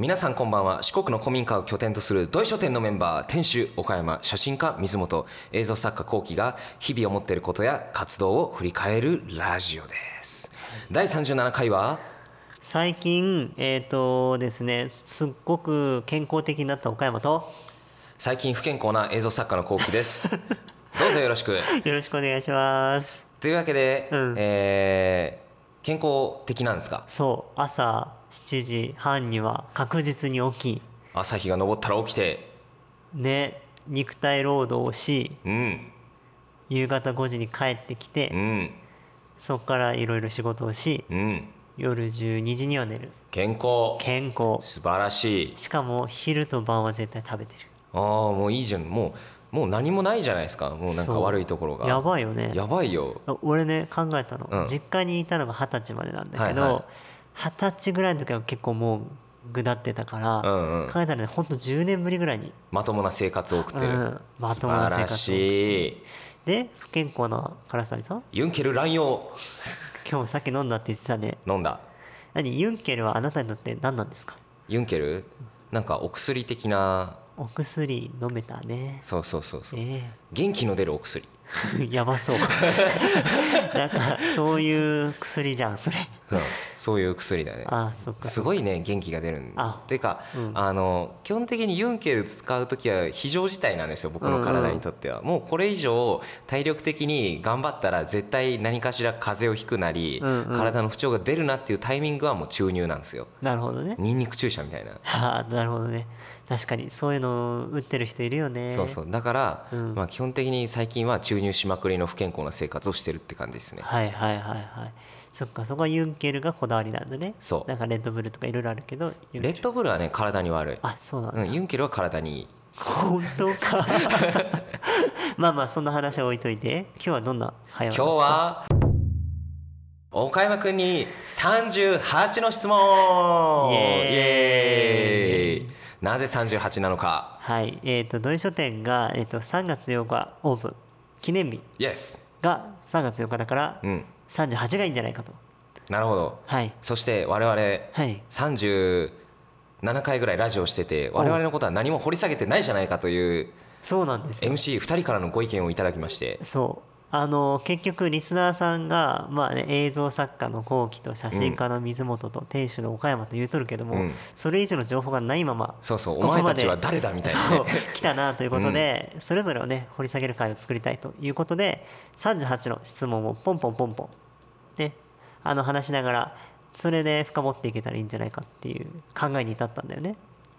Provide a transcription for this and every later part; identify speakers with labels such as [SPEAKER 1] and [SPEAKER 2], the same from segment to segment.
[SPEAKER 1] 皆さんこんばんは四国の古民家を拠点とする土井書店のメンバー店主岡山写真家水本映像作家幸喜が日々思っていることや活動を振り返るラジオです第37回は
[SPEAKER 2] 最近えっ、とですねすっごく健康的になった岡山と
[SPEAKER 1] 最近不健康な映像作家の幸喜です どうぞよろしく
[SPEAKER 2] よろしくお願いします
[SPEAKER 1] というわけで、
[SPEAKER 2] うん
[SPEAKER 1] えー健康的なんですか
[SPEAKER 2] そう朝7時半には確実に起き
[SPEAKER 1] 朝日が昇ったら起きて
[SPEAKER 2] ね肉体労働をし
[SPEAKER 1] うん
[SPEAKER 2] 夕方5時に帰ってき
[SPEAKER 1] う
[SPEAKER 2] て
[SPEAKER 1] ん
[SPEAKER 2] そこからいろいろ仕事をし
[SPEAKER 1] うん
[SPEAKER 2] 夜12時には寝る
[SPEAKER 1] 健康
[SPEAKER 2] 健康
[SPEAKER 1] 素晴らしい
[SPEAKER 2] しかも昼と晩は絶対食べてる
[SPEAKER 1] ああもういいじゃんもうもう何もないじゃないですかもうなんか
[SPEAKER 2] そう
[SPEAKER 1] 悪いところが
[SPEAKER 2] やばいよね
[SPEAKER 1] やばいよ
[SPEAKER 2] 俺ね考えたの、
[SPEAKER 1] うん
[SPEAKER 2] 実家にいたのが二十歳までなんだけ
[SPEAKER 1] はい
[SPEAKER 2] ど
[SPEAKER 1] は
[SPEAKER 2] 二十、歳ぐらいの時は結構もうぐだってたから、
[SPEAKER 1] うんうん
[SPEAKER 2] 考えたらねほんと10年ぶりぐらいに
[SPEAKER 1] まともな生活を送ってる、
[SPEAKER 2] うんま
[SPEAKER 1] 素
[SPEAKER 2] とも
[SPEAKER 1] 晴
[SPEAKER 2] な生活
[SPEAKER 1] ら
[SPEAKER 2] を
[SPEAKER 1] しい
[SPEAKER 2] で不健康な唐沢さん
[SPEAKER 1] ユンケル乱用
[SPEAKER 2] 今日さっき飲んだって言ってたね
[SPEAKER 1] 飲んだ
[SPEAKER 2] 何ユンケルはあなたにとって何なんですか
[SPEAKER 1] ユンケルなんかお薬的な
[SPEAKER 2] お薬飲めたね
[SPEAKER 1] そうそうそうそう
[SPEAKER 2] え
[SPEAKER 1] 元気の出るお薬
[SPEAKER 2] え やばそうなんかそういう薬じゃんそれ
[SPEAKER 1] うんそういう薬 だね
[SPEAKER 2] あそっか
[SPEAKER 1] すごいね元気が出るん
[SPEAKER 2] あ
[SPEAKER 1] というか、あの基本的にユンケル使う時は非常事態なんですよ僕の体にとっては、もうこれ以上体力的に頑張ったら絶対何かしら風邪をひくなり、
[SPEAKER 2] うんうん
[SPEAKER 1] 体の不調が出るなっていうタイミングはもう注入なんですよ
[SPEAKER 2] なるほどね
[SPEAKER 1] ニンニク注射みたいな、
[SPEAKER 2] ああなるほどね確かにそういうの打ってる人いるよね
[SPEAKER 1] そうそうだから、
[SPEAKER 2] うん
[SPEAKER 1] まあ、基本的に最近は注入しまくりの不健康な生活をしてるって感じですね
[SPEAKER 2] はいはいはいはいそっかそこはユンケルがこだわりなんだね
[SPEAKER 1] そう
[SPEAKER 2] なんかレッドブルとかいろいろあるけどユンケ
[SPEAKER 1] レ
[SPEAKER 2] ル
[SPEAKER 1] ッドブルはね体に悪い、
[SPEAKER 2] あそうなんだ、
[SPEAKER 1] うん、ユンケルは体にいい
[SPEAKER 2] 本当 かまあまあそんな話は置いといて今日はどんな会話
[SPEAKER 1] 今日は岡山君に38の質問
[SPEAKER 2] イエーイ
[SPEAKER 1] イエーイなぜ38なのか
[SPEAKER 2] はいえっ、と土井書店が、えー、と3月8日オープン記念日
[SPEAKER 1] イエス
[SPEAKER 2] が3月8日だから
[SPEAKER 1] うん
[SPEAKER 2] 38がいいんじゃないかと
[SPEAKER 1] なるほど
[SPEAKER 2] はい
[SPEAKER 1] そして我々
[SPEAKER 2] はい
[SPEAKER 1] 37回ぐらいラジオしてて我々のことは何も掘り下げてないじゃないかという
[SPEAKER 2] そうなんですよ
[SPEAKER 1] MC2 人からのご意見をいただきまして
[SPEAKER 2] そうあの結局リスナーさんが、まあね、映像作家の幸喜と写真家の水本と店主の岡山と言うとるけども、
[SPEAKER 1] うん
[SPEAKER 2] それ以上の情報がないまま
[SPEAKER 1] そうそう
[SPEAKER 2] ここまで
[SPEAKER 1] お前たちは誰だみたいなね
[SPEAKER 2] そう来たなということで、それぞれをね掘り下げる会を作りたいということで38の質問をポンポンポンポンねあの話しながらそれで深掘っていけたらいいんじゃないかっていう考えに至ったんだよね。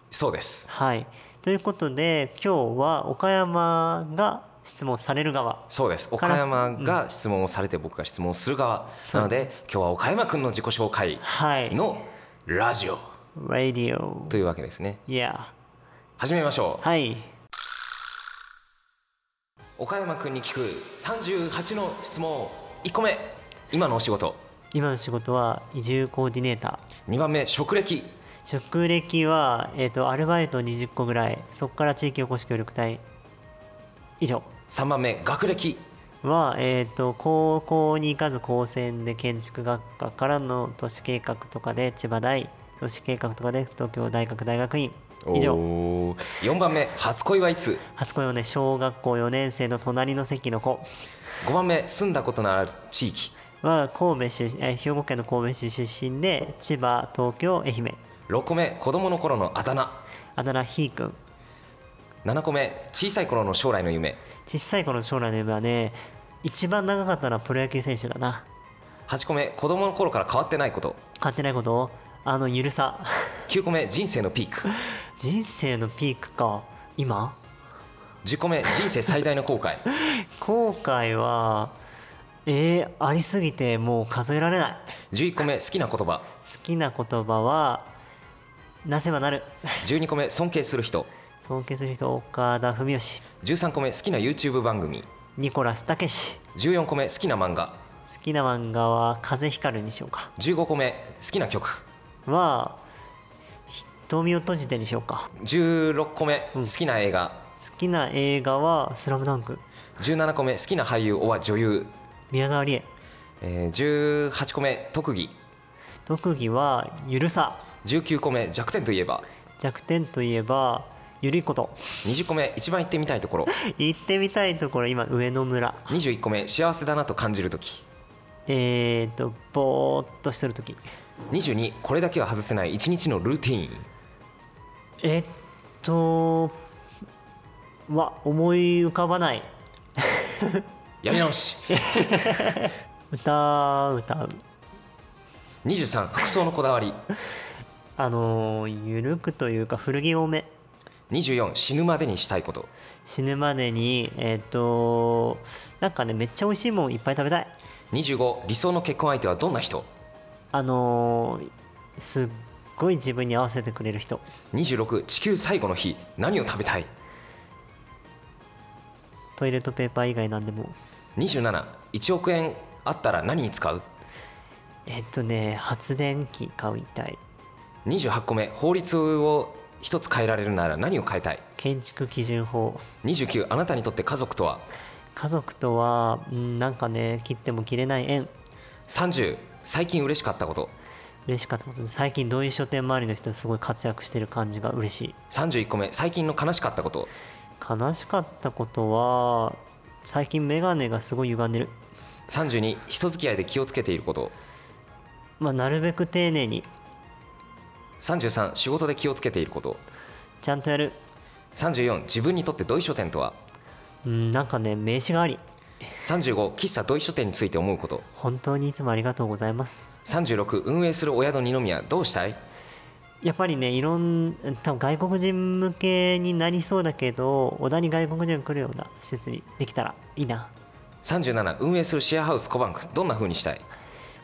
[SPEAKER 1] そうです
[SPEAKER 2] はい、ということで今日は岡山が質問される側
[SPEAKER 1] そうです岡山が質問をされて僕が質問をする側
[SPEAKER 2] そ
[SPEAKER 1] な
[SPEAKER 2] う
[SPEAKER 1] ので今日は岡山君の自己紹介
[SPEAKER 2] はい
[SPEAKER 1] のラジオ
[SPEAKER 2] ラディオ
[SPEAKER 1] というわけですね
[SPEAKER 2] いや
[SPEAKER 1] 始めましょう
[SPEAKER 2] はい
[SPEAKER 1] 岡山君に聞く38の質問1個目今のお仕事
[SPEAKER 2] 今の仕事は移住コーディネーター
[SPEAKER 1] 2番目職歴
[SPEAKER 2] 職歴は、えー、とアルバイト20個ぐらいそこから地域おこし協力隊以上
[SPEAKER 1] 3番目学歴
[SPEAKER 2] は、えー、と高校に行かず高専で建築学科からの都市計画とかで千葉大都市計画とかで東京大学大学院以上
[SPEAKER 1] 上4番目初恋はいつ
[SPEAKER 2] 初恋はね小学校4年生の隣の席の子
[SPEAKER 1] 5番目住んだことのある地域
[SPEAKER 2] は神戸出身えー兵庫県の神戸市出身で千葉東京愛媛
[SPEAKER 1] 6個目子供の頃のあだ名
[SPEAKER 2] あだ名ひーくん
[SPEAKER 1] 7個目小さい頃の将来の夢
[SPEAKER 2] 小さい頃の将来の夢はね一番長かったのはプロ野球選手だな
[SPEAKER 1] 8個目子供の頃から変わってないこと
[SPEAKER 2] 勝ってないことあのゆるさ
[SPEAKER 1] 9個目人生のピーク
[SPEAKER 2] 人生のピークか今
[SPEAKER 1] 10個目人生最大の後悔
[SPEAKER 2] 後悔はえー、ありすぎてもう数えられない
[SPEAKER 1] 11個目好きな言葉
[SPEAKER 2] 好きな言葉はなせばなる
[SPEAKER 1] 12個目尊敬する人
[SPEAKER 2] 尊敬する人岡田文義
[SPEAKER 1] 13個目好きな YouTube 番組
[SPEAKER 2] ニコラスたけし
[SPEAKER 1] 14個目好きな漫画
[SPEAKER 2] 好きな漫画は「風光る」にしようか
[SPEAKER 1] 15個目好きな曲
[SPEAKER 2] は瞳を閉じてにしようか
[SPEAKER 1] 16個目好きな映画、
[SPEAKER 2] 好きな映画は「スラムダンク
[SPEAKER 1] 17個目好きな俳優おは女優、
[SPEAKER 2] 宮沢りえ
[SPEAKER 1] えー18個目特技
[SPEAKER 2] 特技はゆるさ
[SPEAKER 1] 19個目弱点といえば
[SPEAKER 2] 弱点といえばゆるいこと
[SPEAKER 1] 20個目一番行ってみたいところ
[SPEAKER 2] 行ってみたいところ今上野村
[SPEAKER 1] 21個目幸せだなと感じるとき
[SPEAKER 2] えー、っとぼーっとしてるとき
[SPEAKER 1] 22これだけは外せない一日のルーティーン
[SPEAKER 2] えっとは思い浮かばない
[SPEAKER 1] やり直し
[SPEAKER 2] 歌う歌う
[SPEAKER 1] 23服装のこだわり
[SPEAKER 2] あのーゆるくというか古着多め
[SPEAKER 1] 24死ぬまでにしたいこと
[SPEAKER 2] 死ぬまでにえっとなんかねめっちゃ美味しいもんいっぱい食べたい
[SPEAKER 1] 25理想の結婚相手はどんな人
[SPEAKER 2] あのーすっごい自分に合わせてくれる人
[SPEAKER 1] 26地球最後の日何を食べたい
[SPEAKER 2] トイレットペーパー以外なんでも
[SPEAKER 1] 271億円あったら何に使う
[SPEAKER 2] えっとね発電機買いたい
[SPEAKER 1] 28個目法律を一つ変えられるなら何を変えたい
[SPEAKER 2] 建築基準法
[SPEAKER 1] 29あなたにとって家族とは
[SPEAKER 2] 家族とはうんなんかね切っても切れない縁
[SPEAKER 1] 30最近嬉しかったこと
[SPEAKER 2] 嬉しかったことで最近どういう書店周りの人すごい活躍してる感じが嬉しい
[SPEAKER 1] 31個目最近の悲しかったこと
[SPEAKER 2] 悲しかったことは最近メガネがすごい歪んでる
[SPEAKER 1] 32人付き合いで気をつけていること
[SPEAKER 2] まあなるべく丁寧に
[SPEAKER 1] 33仕事で気をつけていること
[SPEAKER 2] ちゃんとやる
[SPEAKER 1] 34自分にとって同意書店とは
[SPEAKER 2] うんなんかね名刺があり
[SPEAKER 1] 35喫茶同意書店について思うこと
[SPEAKER 2] 本当にいつもありがとうございます
[SPEAKER 1] 36運営するお宿二宮どうしたい
[SPEAKER 2] やっぱりねいろん多分外国人向けになりそうだけど小田に外国人が来るような施設にできたらいいな
[SPEAKER 1] 37運営するシェアハウス小バンクどんな風にしたい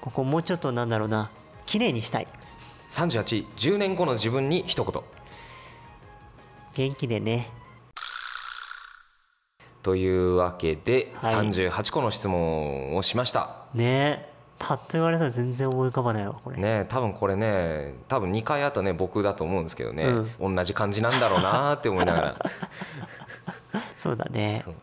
[SPEAKER 2] ここもうちょっとなんだろうな綺麗にしたい
[SPEAKER 1] 3810年後の自分に一言
[SPEAKER 2] 元気でね
[SPEAKER 1] というわけで、
[SPEAKER 2] はい
[SPEAKER 1] 38個の質問をしました
[SPEAKER 2] ねえパッと言われたら全然思い浮かばないわこれ、
[SPEAKER 1] ね多分これね多分2回あったね僕だと思うんですけどね、同じ感じなんだろうなーって思いながら
[SPEAKER 2] そうだね
[SPEAKER 1] そう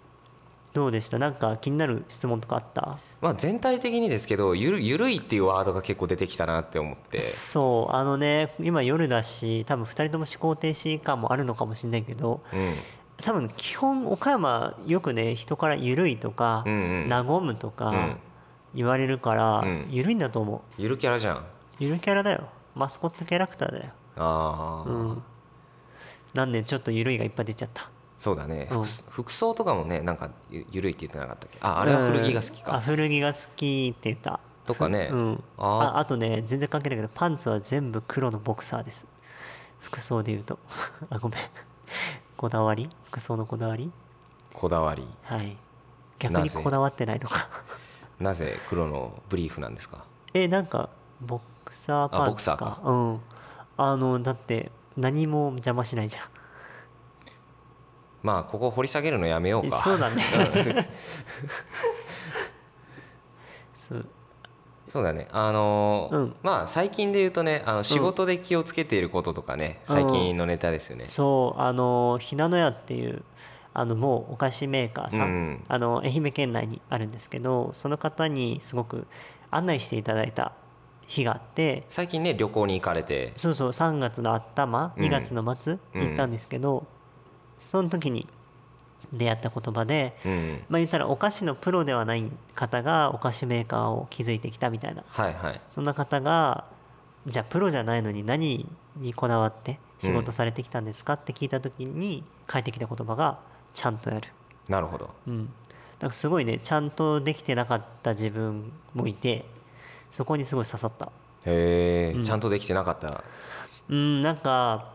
[SPEAKER 2] どうでしたなんか気になる質問とかあった
[SPEAKER 1] まあ全体的にですけどゆるゆるいっていうワードが結構出てきたなって思 って
[SPEAKER 2] そうあのね今夜だし多分2人とも思考停止感もあるのかもしれないけど
[SPEAKER 1] うん
[SPEAKER 2] 多分基本岡山よくね人から「ゆるい」とか
[SPEAKER 1] うんうん
[SPEAKER 2] 和む」と
[SPEAKER 1] う
[SPEAKER 2] か
[SPEAKER 1] ん
[SPEAKER 2] 言われるから
[SPEAKER 1] うん
[SPEAKER 2] ゆるいんだと思う
[SPEAKER 1] ゆるキャラじゃん
[SPEAKER 2] ゆるキャラだよマスコットキャラクターだよ
[SPEAKER 1] ああ、
[SPEAKER 2] うんなんでちょっとゆるいがいっぱい出ちゃった
[SPEAKER 1] そうだね、
[SPEAKER 2] うん
[SPEAKER 1] 服す服装とかもねなんかゆゆるいって言ってなかったっけああれは古着が好き
[SPEAKER 2] うんあ
[SPEAKER 1] か、
[SPEAKER 2] 古着が好きって言った
[SPEAKER 1] とかね、
[SPEAKER 2] うん、
[SPEAKER 1] あ
[SPEAKER 2] ああとね全然関係ないけどパンツは全部黒のボクサーです服装で言うと あごめんこだわり服装のこだわり
[SPEAKER 1] こだわり
[SPEAKER 2] はい逆に
[SPEAKER 1] なぜ
[SPEAKER 2] こだわってないのか
[SPEAKER 1] なぜ黒のブリーフなんですか
[SPEAKER 2] えなんかボクサーパンツか
[SPEAKER 1] あボクサーか
[SPEAKER 2] うんあのだって何も邪魔しないじゃん
[SPEAKER 1] まあここ掘り下げるのやめようか
[SPEAKER 2] えそうだね そう
[SPEAKER 1] そうだねあのー
[SPEAKER 2] うん
[SPEAKER 1] まあ最近で言うとねあの仕事で気をつけていることとかね、
[SPEAKER 2] うん
[SPEAKER 1] 最近のネタですよね、
[SPEAKER 2] そうあのひなのやっていうあのもうお菓子メーカーさん、
[SPEAKER 1] うん
[SPEAKER 2] あの愛媛県内にあるんですけどその方にすごく案内していただいた日があって
[SPEAKER 1] 最近ね旅行に行かれて
[SPEAKER 2] そうそう3月の頭
[SPEAKER 1] うん
[SPEAKER 2] 2月の末、
[SPEAKER 1] うん
[SPEAKER 2] 行ったんですけどその時に出会った言葉で、
[SPEAKER 1] うん
[SPEAKER 2] まあ、言ったらお菓子のプロではない方がお菓子メーカーを築いてきたみたいな
[SPEAKER 1] はいはい
[SPEAKER 2] そんな方がじゃあプロじゃないのに何にこだわって仕事されてきたんですかって聞いた時に返ってきた言葉が「ちゃんとやる」
[SPEAKER 1] なるほど
[SPEAKER 2] うん、だからすごいねちゃんとできてなかった自分もいてそこにすごい刺さった
[SPEAKER 1] へえ、
[SPEAKER 2] うん
[SPEAKER 1] ちゃんとできてなかった
[SPEAKER 2] うんなんか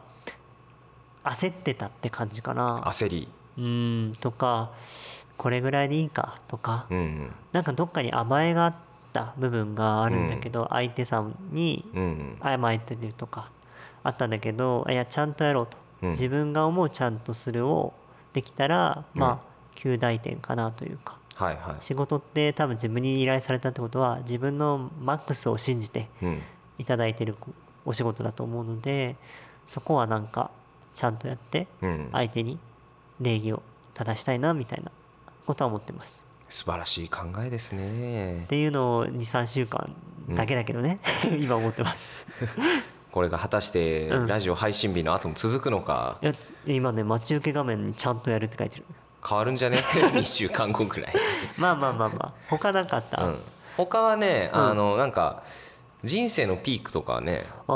[SPEAKER 2] 焦ってたって感じかな
[SPEAKER 1] 焦り
[SPEAKER 2] うんとかこれぐらいでいいかとか
[SPEAKER 1] うん
[SPEAKER 2] なんかどっかに甘えがあった部分があるんだけど、相手さんに
[SPEAKER 1] うんうん
[SPEAKER 2] 甘えてるとかあったんだけどいやちゃんとやろうと、
[SPEAKER 1] うん
[SPEAKER 2] 自分が思うちゃんとするをできたらまあ及大点かなというか
[SPEAKER 1] はいは
[SPEAKER 2] 仕事って多分自分に依頼されたってことは自分のマックスを信じて
[SPEAKER 1] い、うん、
[SPEAKER 2] いただいてるお仕事だと思うのでそこはなんかちゃんとやって
[SPEAKER 1] うん
[SPEAKER 2] 相手に礼儀を正したいなみたいなことは思ってます。
[SPEAKER 1] 素晴らしい考えですね
[SPEAKER 2] っていうのを23週間だけだけどね、今思ってます。
[SPEAKER 1] これが果たして
[SPEAKER 2] うん
[SPEAKER 1] ラジオ配信日の後も続くのか
[SPEAKER 2] いや今ね待ち受け画面にちゃんとやるって書いてる
[SPEAKER 1] 変わるんじゃね 2週間後ぐらい、
[SPEAKER 2] まあまあまあまあ他なかった、
[SPEAKER 1] う
[SPEAKER 2] あ
[SPEAKER 1] ん、他はねあのなんか人生のピークとかはね
[SPEAKER 2] あ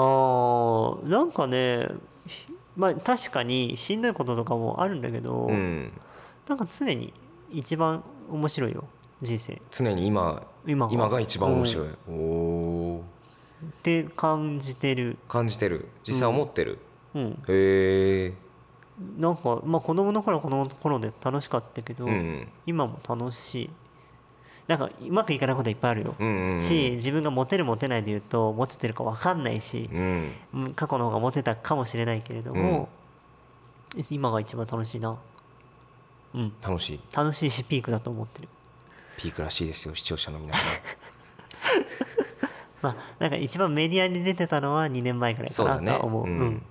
[SPEAKER 2] ーなんかねひまあ確かにしんどいこととかもあるんだけど、
[SPEAKER 1] うん
[SPEAKER 2] なんか常に一番面白いよ人生
[SPEAKER 1] 常に今
[SPEAKER 2] 今が
[SPEAKER 1] 今が一番面白
[SPEAKER 2] うん
[SPEAKER 1] い、おー
[SPEAKER 2] って感じてる
[SPEAKER 1] 感じてる実際思ってる、
[SPEAKER 2] うん
[SPEAKER 1] へえ
[SPEAKER 2] なんかまあ子供の頃は子供の頃で楽しかったけど、
[SPEAKER 1] うん
[SPEAKER 2] 今も楽しいなんかうまくいかないこといっぱいあるよ、
[SPEAKER 1] うんうんうん
[SPEAKER 2] し自分がモテるモテないで言うとモテてるか分かんないし、
[SPEAKER 1] うん
[SPEAKER 2] うん過去の方がモテたかもしれないけれども、今が一番楽しいなうん
[SPEAKER 1] 楽しい
[SPEAKER 2] 楽しいしピークだと思ってる
[SPEAKER 1] ピークらしいですよ視聴者の皆さん
[SPEAKER 2] まあなんか一番メディアに出てたのは2年前ぐらいか
[SPEAKER 1] そう
[SPEAKER 2] な
[SPEAKER 1] だ
[SPEAKER 2] と
[SPEAKER 1] ね
[SPEAKER 2] は思ううん
[SPEAKER 1] ん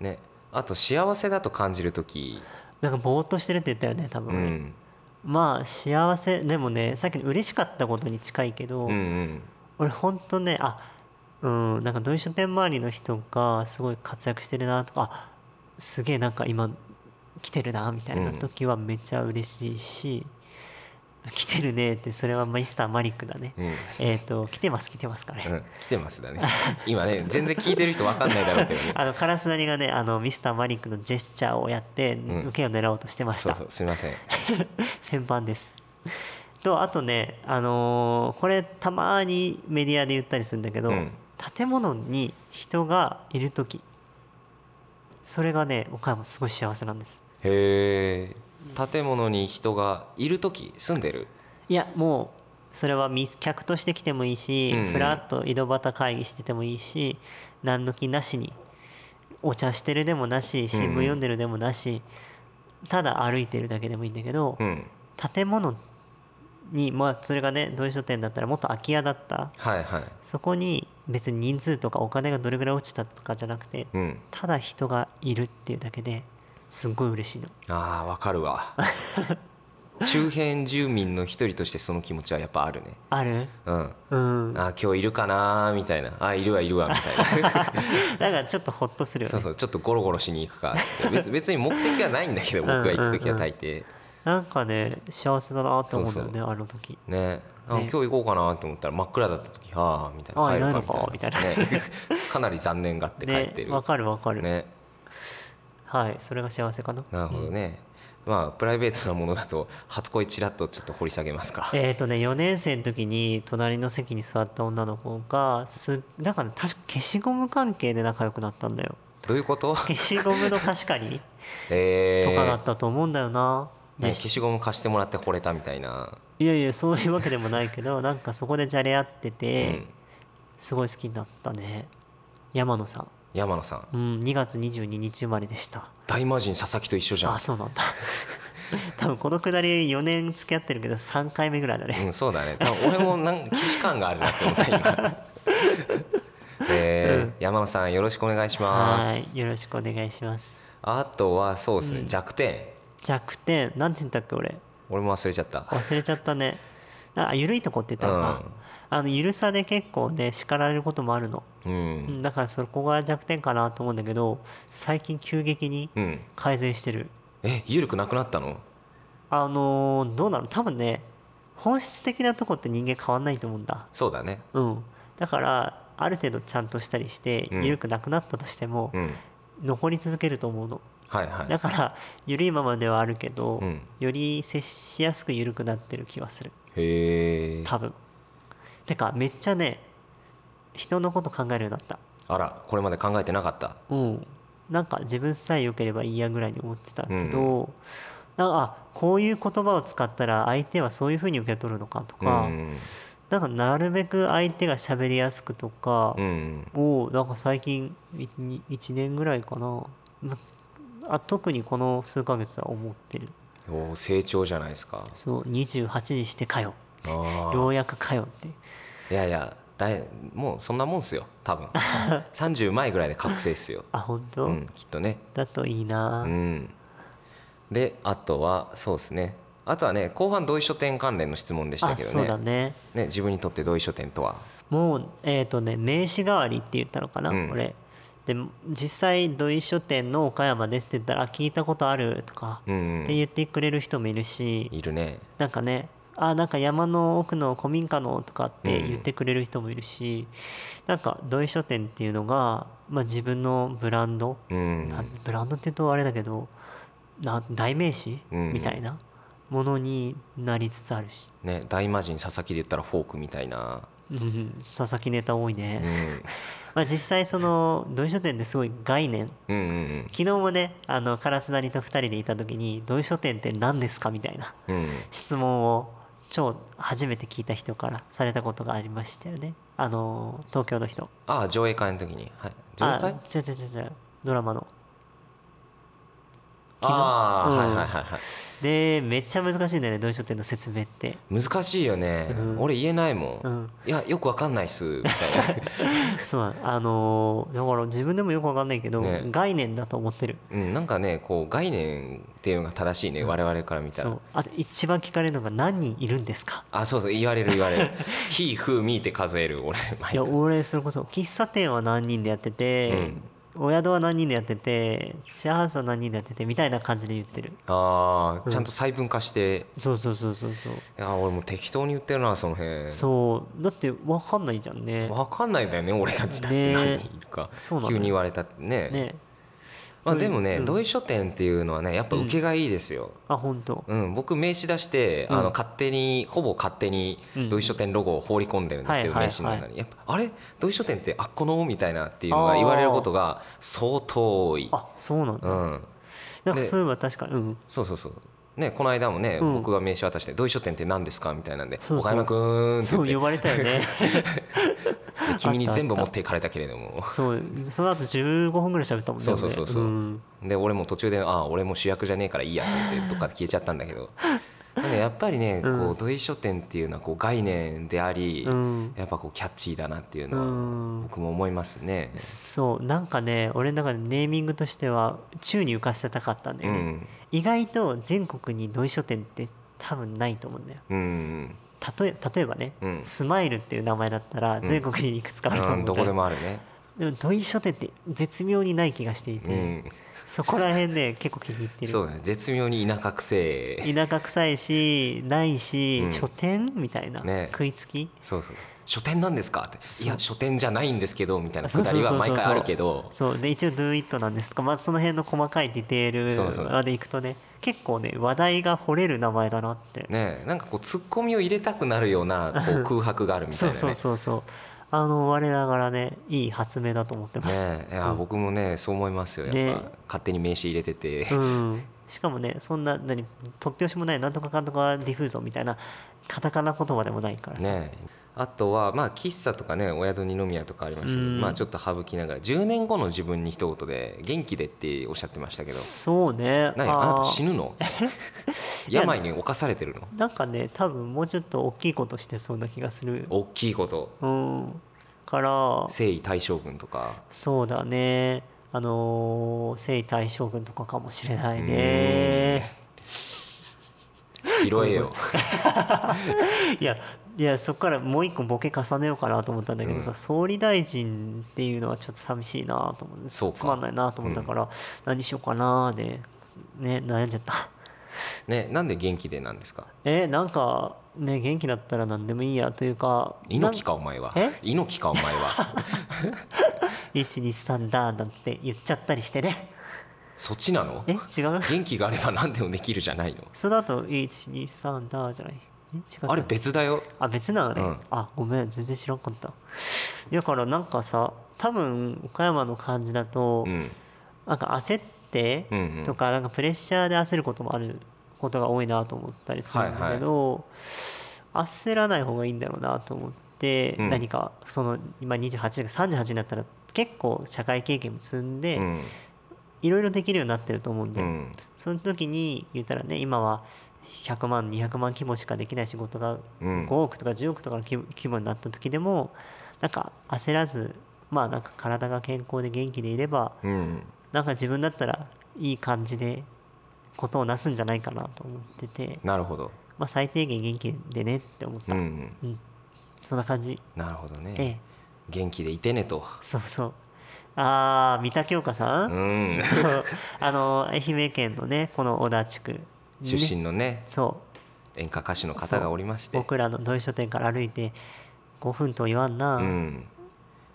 [SPEAKER 1] ねあと幸せだと感じる時
[SPEAKER 2] なんかぼーっとしてるって言ったよね多
[SPEAKER 1] う
[SPEAKER 2] 分ね、
[SPEAKER 1] ん
[SPEAKER 2] まあ幸せでもねさっきの嬉しかったことに近いけど、
[SPEAKER 1] うんうん
[SPEAKER 2] 俺ほんとねあうんなんかドイツ店周りの人がすごい活躍してるなとかあすげえなんか今来てるなみたいな
[SPEAKER 1] うん
[SPEAKER 2] 時はめっちゃ嬉しいし、来てるねってそれはマイスターマリックだね、
[SPEAKER 1] うん
[SPEAKER 2] えっ、と来てます来てますからね、
[SPEAKER 1] うん来てますだね今ね全然聞いてる人分かんないだろうけ どね
[SPEAKER 2] あのカラスナリがねあのミスターマリックのジェスチャーをやって、
[SPEAKER 1] ん
[SPEAKER 2] 受けを狙おうとしてまし
[SPEAKER 1] そ
[SPEAKER 2] た
[SPEAKER 1] うそうすみません
[SPEAKER 2] 先般です。とあとね、あのーこれたまにメディアで言ったりするんだけど、
[SPEAKER 1] うん
[SPEAKER 2] 建物に人がいる時それがね岡山すごい幸せなんです
[SPEAKER 1] へえ建物に人がいる時住んでる
[SPEAKER 2] いやもうそれはみ客として来てもいいし、
[SPEAKER 1] うんうん
[SPEAKER 2] ふらっと井戸端会議しててもいいし何の気なしにお茶してるでもなし新聞読んでるでもなし、ただ歩いてるだけでもいいんだけど、
[SPEAKER 1] うん
[SPEAKER 2] 建物にまあそれがね同意書店だったらもっと空き家だった
[SPEAKER 1] はいはい
[SPEAKER 2] そこに別に人数とかお金がどれぐらい落ちたとかじゃなくて
[SPEAKER 1] うん
[SPEAKER 2] ただ人がいるっていうだけですっごい嬉しいの
[SPEAKER 1] あーわかる わ周辺住民の一人としてその気持ちはやっぱあるね
[SPEAKER 2] ある
[SPEAKER 1] うん
[SPEAKER 2] うん
[SPEAKER 1] あー今日いるかなーみたいなあーいるわいるわみたいな
[SPEAKER 2] なんかちょっとホッとするよ
[SPEAKER 1] そう
[SPEAKER 2] ね
[SPEAKER 1] そうちょっとゴロゴロしに行くかっつって別別に目的はないんだけど僕が行く時は大抵
[SPEAKER 2] なんかね幸せだなと思うんだよね
[SPEAKER 1] そ
[SPEAKER 2] あの時
[SPEAKER 1] ねあ
[SPEAKER 2] ね
[SPEAKER 1] 今日行こうかなと思ったら真っ暗だった時ああみたい
[SPEAKER 2] あ
[SPEAKER 1] な
[SPEAKER 2] ー
[SPEAKER 1] 帰る
[SPEAKER 2] いないの
[SPEAKER 1] か
[SPEAKER 2] か
[SPEAKER 1] みたいなねかなり残念がって帰って
[SPEAKER 2] ね
[SPEAKER 1] る
[SPEAKER 2] わかるわかる、
[SPEAKER 1] ね
[SPEAKER 2] はいそれが幸せかな
[SPEAKER 1] なるほどねまあプライベートなものだと初恋ちらっとちょっと掘り下げますか
[SPEAKER 2] えっ、とね4年生の時に隣の席に座った女の子がすなんかね確か消しゴム関係で仲良くなったんだよ
[SPEAKER 1] どういうこと
[SPEAKER 2] 消しゴムの貸し借り
[SPEAKER 1] え
[SPEAKER 2] と
[SPEAKER 1] ー
[SPEAKER 2] かだったと思うんだよな、
[SPEAKER 1] ね消しゴム貸してもらって惚れたみたいない
[SPEAKER 2] やいやそういうわけでもない けどなんかそこでじゃれ合ってて、
[SPEAKER 1] うん
[SPEAKER 2] すごい好きになったね山野さ
[SPEAKER 1] 山野さん
[SPEAKER 2] ん、うん、2月22日生まれでした
[SPEAKER 1] 大魔神佐々木と一緒じゃ
[SPEAKER 2] あ
[SPEAKER 1] ん
[SPEAKER 2] そうなんだ 多分このくだり4年付き合ってるけど3回目ぐらいだね、
[SPEAKER 1] うん、そうだね。多分俺もなん か既視感があるなって思った今。えー山野さんよろしくお願いしま
[SPEAKER 2] は
[SPEAKER 1] す。
[SPEAKER 2] いよろしくお願いします
[SPEAKER 1] あとはそうですね、弱点。
[SPEAKER 2] 弱点なんて言ったっけ俺
[SPEAKER 1] 俺も忘れちゃった。
[SPEAKER 2] 忘れちゃったねあゆるいとこって言ったのか、
[SPEAKER 1] うん
[SPEAKER 2] あのゆるさで結構ね叱られることもあるの
[SPEAKER 1] う。
[SPEAKER 2] うんんだからそこが弱点かなと思うんだけど最近急激に
[SPEAKER 1] うん。
[SPEAKER 2] 改善してる
[SPEAKER 1] え、ゆるくなくなったの？
[SPEAKER 2] あのーどうなの多分ね本質的なとこって人間変わんないと思うんだ
[SPEAKER 1] そうだね。
[SPEAKER 2] うんだからある程度ちゃんとしたりして
[SPEAKER 1] うん
[SPEAKER 2] 緩くなくなったとしても、
[SPEAKER 1] うん。
[SPEAKER 2] 残り続けると思うの
[SPEAKER 1] はいは
[SPEAKER 2] だ
[SPEAKER 1] い。
[SPEAKER 2] から緩いままではあるけど、
[SPEAKER 1] うん
[SPEAKER 2] より接しやすく緩くなってる気はする
[SPEAKER 1] へえ。
[SPEAKER 2] 多分てかめっちゃね人のこと考えるようになった
[SPEAKER 1] あら、これまで考えてなかった。
[SPEAKER 2] うん、なんか自分さえ良ければいいやぐらいに思ってたけど、なんかあこういう言葉を使ったら相手はそういうふうに受け取るのかと
[SPEAKER 1] う
[SPEAKER 2] か、
[SPEAKER 1] ん。
[SPEAKER 2] なんかなるべく相手が喋りやすくとか
[SPEAKER 1] うん。
[SPEAKER 2] を、なんか最近1年ぐらいかななあ特にこの数ヶ月は思ってる
[SPEAKER 1] おー成長じゃないですか。
[SPEAKER 2] そう28にしてかよ
[SPEAKER 1] ああ。
[SPEAKER 2] ようやくかよって
[SPEAKER 1] いやいや、だいもうそんなもんっすよ。多 分。三十前ぐらいで覚醒っすよ。
[SPEAKER 2] あ本当、
[SPEAKER 1] うん、きっとね。
[SPEAKER 2] だといいな、
[SPEAKER 1] うん、であとはそうですねあとはね後半同意書店関連の質問でした
[SPEAKER 2] あ
[SPEAKER 1] けど
[SPEAKER 2] そう
[SPEAKER 1] ね
[SPEAKER 2] だね
[SPEAKER 1] ね自分にとって同意書店とは
[SPEAKER 2] もうえっ、とね名刺代わりって言ったのかな、
[SPEAKER 1] うん
[SPEAKER 2] 俺で実際土井書店の岡山ですって言ったらあ聞いたことあるとか、
[SPEAKER 1] うんう
[SPEAKER 2] って
[SPEAKER 1] ん、
[SPEAKER 2] 言ってくれる人もいるし
[SPEAKER 1] いるね
[SPEAKER 2] なんかねあなんか山の奥の古民家のとかって言ってくれる人もいるし、なんか土井書店っていうのが、まあ、自分のブランド、
[SPEAKER 1] うん
[SPEAKER 2] なんブランドって言うとあれだけどな代名詞、
[SPEAKER 1] うん
[SPEAKER 2] みたいなものになりつつあるし、
[SPEAKER 1] ね大魔神佐々木で言ったらフォークみたいな、
[SPEAKER 2] うん佐々木ネタ多いうね、
[SPEAKER 1] ん、
[SPEAKER 2] まあ、実際その土井書店ってすごい概念
[SPEAKER 1] うんうん
[SPEAKER 2] 昨日もねあのカラスダニと2人でいた時に「土井書店って何ですか?」みたいな
[SPEAKER 1] うんうん
[SPEAKER 2] 質問を超初めて聞いた人からされたことがありましたよねあの東京の人
[SPEAKER 1] ああ上映会の時に、はい、上映
[SPEAKER 2] あ
[SPEAKER 1] 会
[SPEAKER 2] 違う違う違う違うドラマの
[SPEAKER 1] ああ、
[SPEAKER 2] うん
[SPEAKER 1] はいはいはいはい
[SPEAKER 2] でめっちゃ難しいんだよね土井書店の説明って
[SPEAKER 1] 難しいよね、俺言えないもん、
[SPEAKER 2] うん
[SPEAKER 1] いやよくわかんないっすみたい
[SPEAKER 2] そうなのあのだから自分でもよくわかんないけど、
[SPEAKER 1] ね
[SPEAKER 2] 概念だと思ってる
[SPEAKER 1] な、うん、なんかねこう概念っていうのが正しいね、我々から見た
[SPEAKER 2] そ
[SPEAKER 1] ら
[SPEAKER 2] うあと一番聞かれるのが何人いるんですか
[SPEAKER 1] あそうそう言われる言わ れる「ひ」「ふ」「み」って数える俺毎
[SPEAKER 2] いや
[SPEAKER 1] 回
[SPEAKER 2] 俺それこそ喫茶店は何人でやってて、お宿は何人でやっててシェアハウスは何人でやっててみたいな感じで言ってる
[SPEAKER 1] あーちゃんと細分化して、
[SPEAKER 2] そうそうそうそうそう
[SPEAKER 1] いや俺もう適当に言ってるなその辺
[SPEAKER 2] そうだって分かんないじゃんね
[SPEAKER 1] わかんないんだよね俺たちだって
[SPEAKER 2] ね
[SPEAKER 1] 何人いるか、
[SPEAKER 2] そうなのよ
[SPEAKER 1] 急に言われたってね
[SPEAKER 2] ね
[SPEAKER 1] まあ、でもね、同意書店っていうのはねやっぱ受けがいいですよ、
[SPEAKER 2] あ本当
[SPEAKER 1] うん、僕名刺出して、あの勝手にほぼ勝手に
[SPEAKER 2] うん
[SPEAKER 1] 土井書店ロゴを放り込んでるんですけど、
[SPEAKER 2] はいはい
[SPEAKER 1] 名刺の中にやっぱあれ土井書店ってあっこのみたいなっていうのが
[SPEAKER 2] あー
[SPEAKER 1] 言われることが相当多い、
[SPEAKER 2] あそうなん
[SPEAKER 1] う
[SPEAKER 2] だ
[SPEAKER 1] ん、
[SPEAKER 2] なんか
[SPEAKER 1] で
[SPEAKER 2] そういえば確かにうん
[SPEAKER 1] そうそうそうねこの間もね、
[SPEAKER 2] うん
[SPEAKER 1] 僕が名刺渡して「土井書店って何ですか?」みたいなんで「
[SPEAKER 2] そうそう
[SPEAKER 1] 岡山くん」って
[SPEAKER 2] そ
[SPEAKER 1] 言
[SPEAKER 2] う
[SPEAKER 1] っ
[SPEAKER 2] 呼ばれたよ ね
[SPEAKER 1] て君に
[SPEAKER 2] あったあった
[SPEAKER 1] 全部持っていかれたけれども
[SPEAKER 2] そうその後15分ぐらい喋ったもんね
[SPEAKER 1] そうそうそうそう、
[SPEAKER 2] 俺ん
[SPEAKER 1] で俺も途中で「ああ俺も主役じゃねえからいいや」って言ってどっかで消えちゃったんだけどなんかやっぱりねこう土井書店っていうのはこう概念であり、
[SPEAKER 2] うん
[SPEAKER 1] やっぱこうキャッチーだなっていう
[SPEAKER 2] う
[SPEAKER 1] のは
[SPEAKER 2] ん
[SPEAKER 1] 僕も思いますね。
[SPEAKER 2] そうなんかね俺の中でネーミングとしては宙に浮かせたかったんだ
[SPEAKER 1] う
[SPEAKER 2] よね、
[SPEAKER 1] ん、
[SPEAKER 2] 意外と全国に土井書店って多分ないと思うんだよ
[SPEAKER 1] うん、
[SPEAKER 2] 例え例えばね、
[SPEAKER 1] うん
[SPEAKER 2] スマイルっていう名前だったら全国にいくつかあると思
[SPEAKER 1] う
[SPEAKER 2] うんんだ
[SPEAKER 1] ど
[SPEAKER 2] よ、
[SPEAKER 1] こでもあるね。
[SPEAKER 2] でも土井書店って絶妙にない気がしていて、
[SPEAKER 1] うん、
[SPEAKER 2] そこら辺ね結構気に入ってる
[SPEAKER 1] そうだね。絶妙に田舎くせえ。
[SPEAKER 2] 田舎臭いしないし、
[SPEAKER 1] うん
[SPEAKER 2] 書店みたいな、
[SPEAKER 1] ね
[SPEAKER 2] 食いつき
[SPEAKER 1] そうそう。書店なんですかって。いや書店じゃないんですけどみたいな
[SPEAKER 2] そ
[SPEAKER 1] く
[SPEAKER 2] う
[SPEAKER 1] だ
[SPEAKER 2] そう
[SPEAKER 1] り
[SPEAKER 2] そう
[SPEAKER 1] は
[SPEAKER 2] そう
[SPEAKER 1] 毎回あるけど。
[SPEAKER 2] そうで一応「Do It」なんですとか、まあ、その辺の細かいディテ
[SPEAKER 1] そう
[SPEAKER 2] ー
[SPEAKER 1] そ
[SPEAKER 2] ル
[SPEAKER 1] う
[SPEAKER 2] までいくとね結構ね話題が掘れる名前だなって、
[SPEAKER 1] ね、なんかこう突っ込みを入れたくなるようなこう空白があるみたい
[SPEAKER 2] そ
[SPEAKER 1] な
[SPEAKER 2] う
[SPEAKER 1] ね。
[SPEAKER 2] そうそうそうあの我ながらねいい発明だと思ってます、
[SPEAKER 1] ねえいや、
[SPEAKER 2] うん
[SPEAKER 1] 僕もねそう思いますよやっぱ、
[SPEAKER 2] ね
[SPEAKER 1] 勝手に名刺入れてて、
[SPEAKER 2] うん、しかもねそんな何突拍子もないなんとかかんとかディフーゾみたいなカタカナ言葉でもないからさ、
[SPEAKER 1] ねえあとはまあ喫茶とかねお宿二宮とかありましたけど、
[SPEAKER 2] うん
[SPEAKER 1] まあちょっと省きながら10年後の自分に一言で「元気で」っておっしゃってましたけど
[SPEAKER 2] そうね
[SPEAKER 1] 何
[SPEAKER 2] あー
[SPEAKER 1] あなた死ぬの 病に侵されてるの
[SPEAKER 2] なんかね多分もうちょっと大きいことしてそうな気がする
[SPEAKER 1] 大きいこと
[SPEAKER 2] うんから
[SPEAKER 1] 征夷大将軍とか
[SPEAKER 2] そうだねあのー征夷大将軍とかかもしれないね
[SPEAKER 1] 拾えよ
[SPEAKER 2] いや いやそこからもう一個ボケ重ねようかなと思ったんだけどさ、総理大臣っていうのはちょっと寂しいなと思って
[SPEAKER 1] そうか
[SPEAKER 2] つまんないなと思ったから、何しようかなでね悩んじゃった
[SPEAKER 1] ねなんで元気でなんですか
[SPEAKER 2] えなんかね元気だったら何でもいいやというか
[SPEAKER 1] 猪木かお前は
[SPEAKER 2] え
[SPEAKER 1] 猪木かお前は
[SPEAKER 2] なん123だなんて言っちゃったりしてね
[SPEAKER 1] そっちなの
[SPEAKER 2] え違う
[SPEAKER 1] 元気があれば何でもできるじゃないの
[SPEAKER 2] その後123だじゃないえ違う
[SPEAKER 1] あれ別だよ
[SPEAKER 2] あ別なのね、
[SPEAKER 1] うん
[SPEAKER 2] あごめん全然知らんかっただからなんかさ多分岡山の感じだと、
[SPEAKER 1] うん
[SPEAKER 2] なんか焦って
[SPEAKER 1] うんうん
[SPEAKER 2] とか,、なんかプレッシャーで焦ることもあることが多いなと思ったりするんだけど、焦らない方がいいんだろうなと思って、
[SPEAKER 1] うん
[SPEAKER 2] 何かその今28だから38になったら結構社会経験も積んで、
[SPEAKER 1] うん
[SPEAKER 2] いろいろできるようになってると思うん
[SPEAKER 1] う
[SPEAKER 2] だよ、
[SPEAKER 1] ん
[SPEAKER 2] その時に言ったらね今は100万200万規模しかできない仕事が
[SPEAKER 1] うん
[SPEAKER 2] 5億とか10億とかの規規模になった時でもなんか焦らずまあなんか体が健康で元気でいれば
[SPEAKER 1] うん
[SPEAKER 2] なんか自分だったらいい感じでことをなすんじゃないかなと思ってて、
[SPEAKER 1] なるほど
[SPEAKER 2] まあ、最低限元気でねって思っ
[SPEAKER 1] う
[SPEAKER 2] た、
[SPEAKER 1] ん
[SPEAKER 2] うんそんな感じ
[SPEAKER 1] なるほどね、
[SPEAKER 2] ええ
[SPEAKER 1] 元気でいてねと
[SPEAKER 2] そうそうああ三田京香さ、
[SPEAKER 1] うんん
[SPEAKER 2] そうあの愛媛県のねこの小田地区にね
[SPEAKER 1] 出身のね
[SPEAKER 2] そう
[SPEAKER 1] 演歌歌手の方がおりまして
[SPEAKER 2] 僕らの土井書店から歩いて5分と言わん
[SPEAKER 1] う、
[SPEAKER 2] なん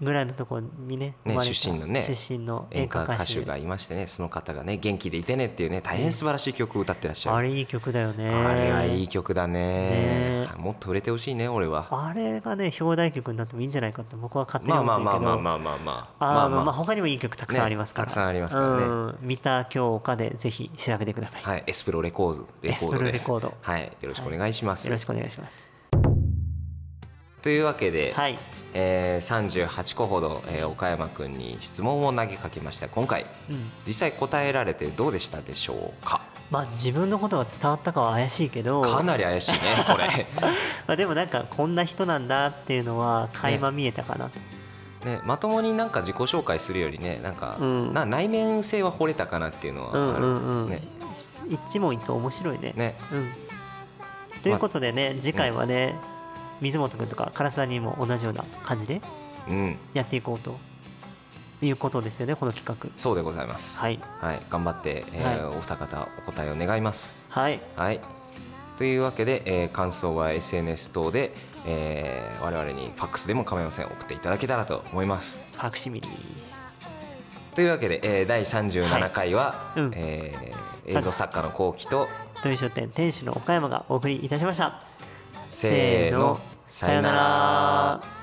[SPEAKER 2] ぐらいのとこにね
[SPEAKER 1] ね
[SPEAKER 2] 生まれた
[SPEAKER 1] 出身のね
[SPEAKER 2] 出身の演
[SPEAKER 1] 演歌
[SPEAKER 2] 歌歌
[SPEAKER 1] 歌
[SPEAKER 2] 手
[SPEAKER 1] 手がいましてねその方がね元気でいてねっていうね大変素晴らしい曲を歌ってらっしゃる
[SPEAKER 2] あれいい曲だよね
[SPEAKER 1] あれはいい曲だね
[SPEAKER 2] ねえ
[SPEAKER 1] もっと売れてほしいね俺は
[SPEAKER 2] あれがね表題曲になってもいいんじゃないかって僕は勝手に
[SPEAKER 1] まあ
[SPEAKER 2] 思
[SPEAKER 1] ま
[SPEAKER 2] っ
[SPEAKER 1] あ
[SPEAKER 2] てる
[SPEAKER 1] まあ
[SPEAKER 2] けど
[SPEAKER 1] まあまあまあまあ
[SPEAKER 2] あの
[SPEAKER 1] まあ
[SPEAKER 2] まあ
[SPEAKER 1] まあ
[SPEAKER 2] 他にもいい曲たくさんありますから、
[SPEAKER 1] ねたくさんありますからね
[SPEAKER 2] うん三田京香でぜひ調べてください、
[SPEAKER 1] はいエスプロレコードレコードで
[SPEAKER 2] エ
[SPEAKER 1] す
[SPEAKER 2] スプロレコード
[SPEAKER 1] はいよろしくお願いします
[SPEAKER 2] よろしくお願いします
[SPEAKER 1] というわけで
[SPEAKER 2] はい
[SPEAKER 1] えー38個ほどえー岡山君に質問を投げかけました今回
[SPEAKER 2] うん
[SPEAKER 1] 実際答えられてどうでしたでしょうか
[SPEAKER 2] まあ自分のことが伝わったかは怪しいけど
[SPEAKER 1] かなり怪しいねこれ
[SPEAKER 2] まあ、でもなんかこんな人なんだっていうのは垣間見えたかなと、
[SPEAKER 1] ね、まともになんか自己紹介するよりねなんか、
[SPEAKER 2] うん
[SPEAKER 1] な内面性は惚れたかなっていうの
[SPEAKER 2] う
[SPEAKER 1] は
[SPEAKER 2] ん
[SPEAKER 1] あ
[SPEAKER 2] う
[SPEAKER 1] る、
[SPEAKER 2] んうん、
[SPEAKER 1] ね
[SPEAKER 2] 一問一答面白いね
[SPEAKER 1] ね
[SPEAKER 2] うんということでね次回はね、水本君とか唐沢にも同じような感じで
[SPEAKER 1] うん
[SPEAKER 2] やっていこうということですよねこの企画
[SPEAKER 1] そうでございます
[SPEAKER 2] はい
[SPEAKER 1] はい、頑張って、えーお二方お答えを願います
[SPEAKER 2] はい
[SPEAKER 1] はいというわけで、えー感想は SNS 等で、えー我々にファックスでも構いません送っていただけたらと思います
[SPEAKER 2] ファクシミリ
[SPEAKER 1] というわけで、えー第37回は、
[SPEAKER 2] はいうん
[SPEAKER 1] えー映像作家のこうきと
[SPEAKER 2] という書店店主の岡山がお送りいたしま
[SPEAKER 1] せーの
[SPEAKER 2] さよなら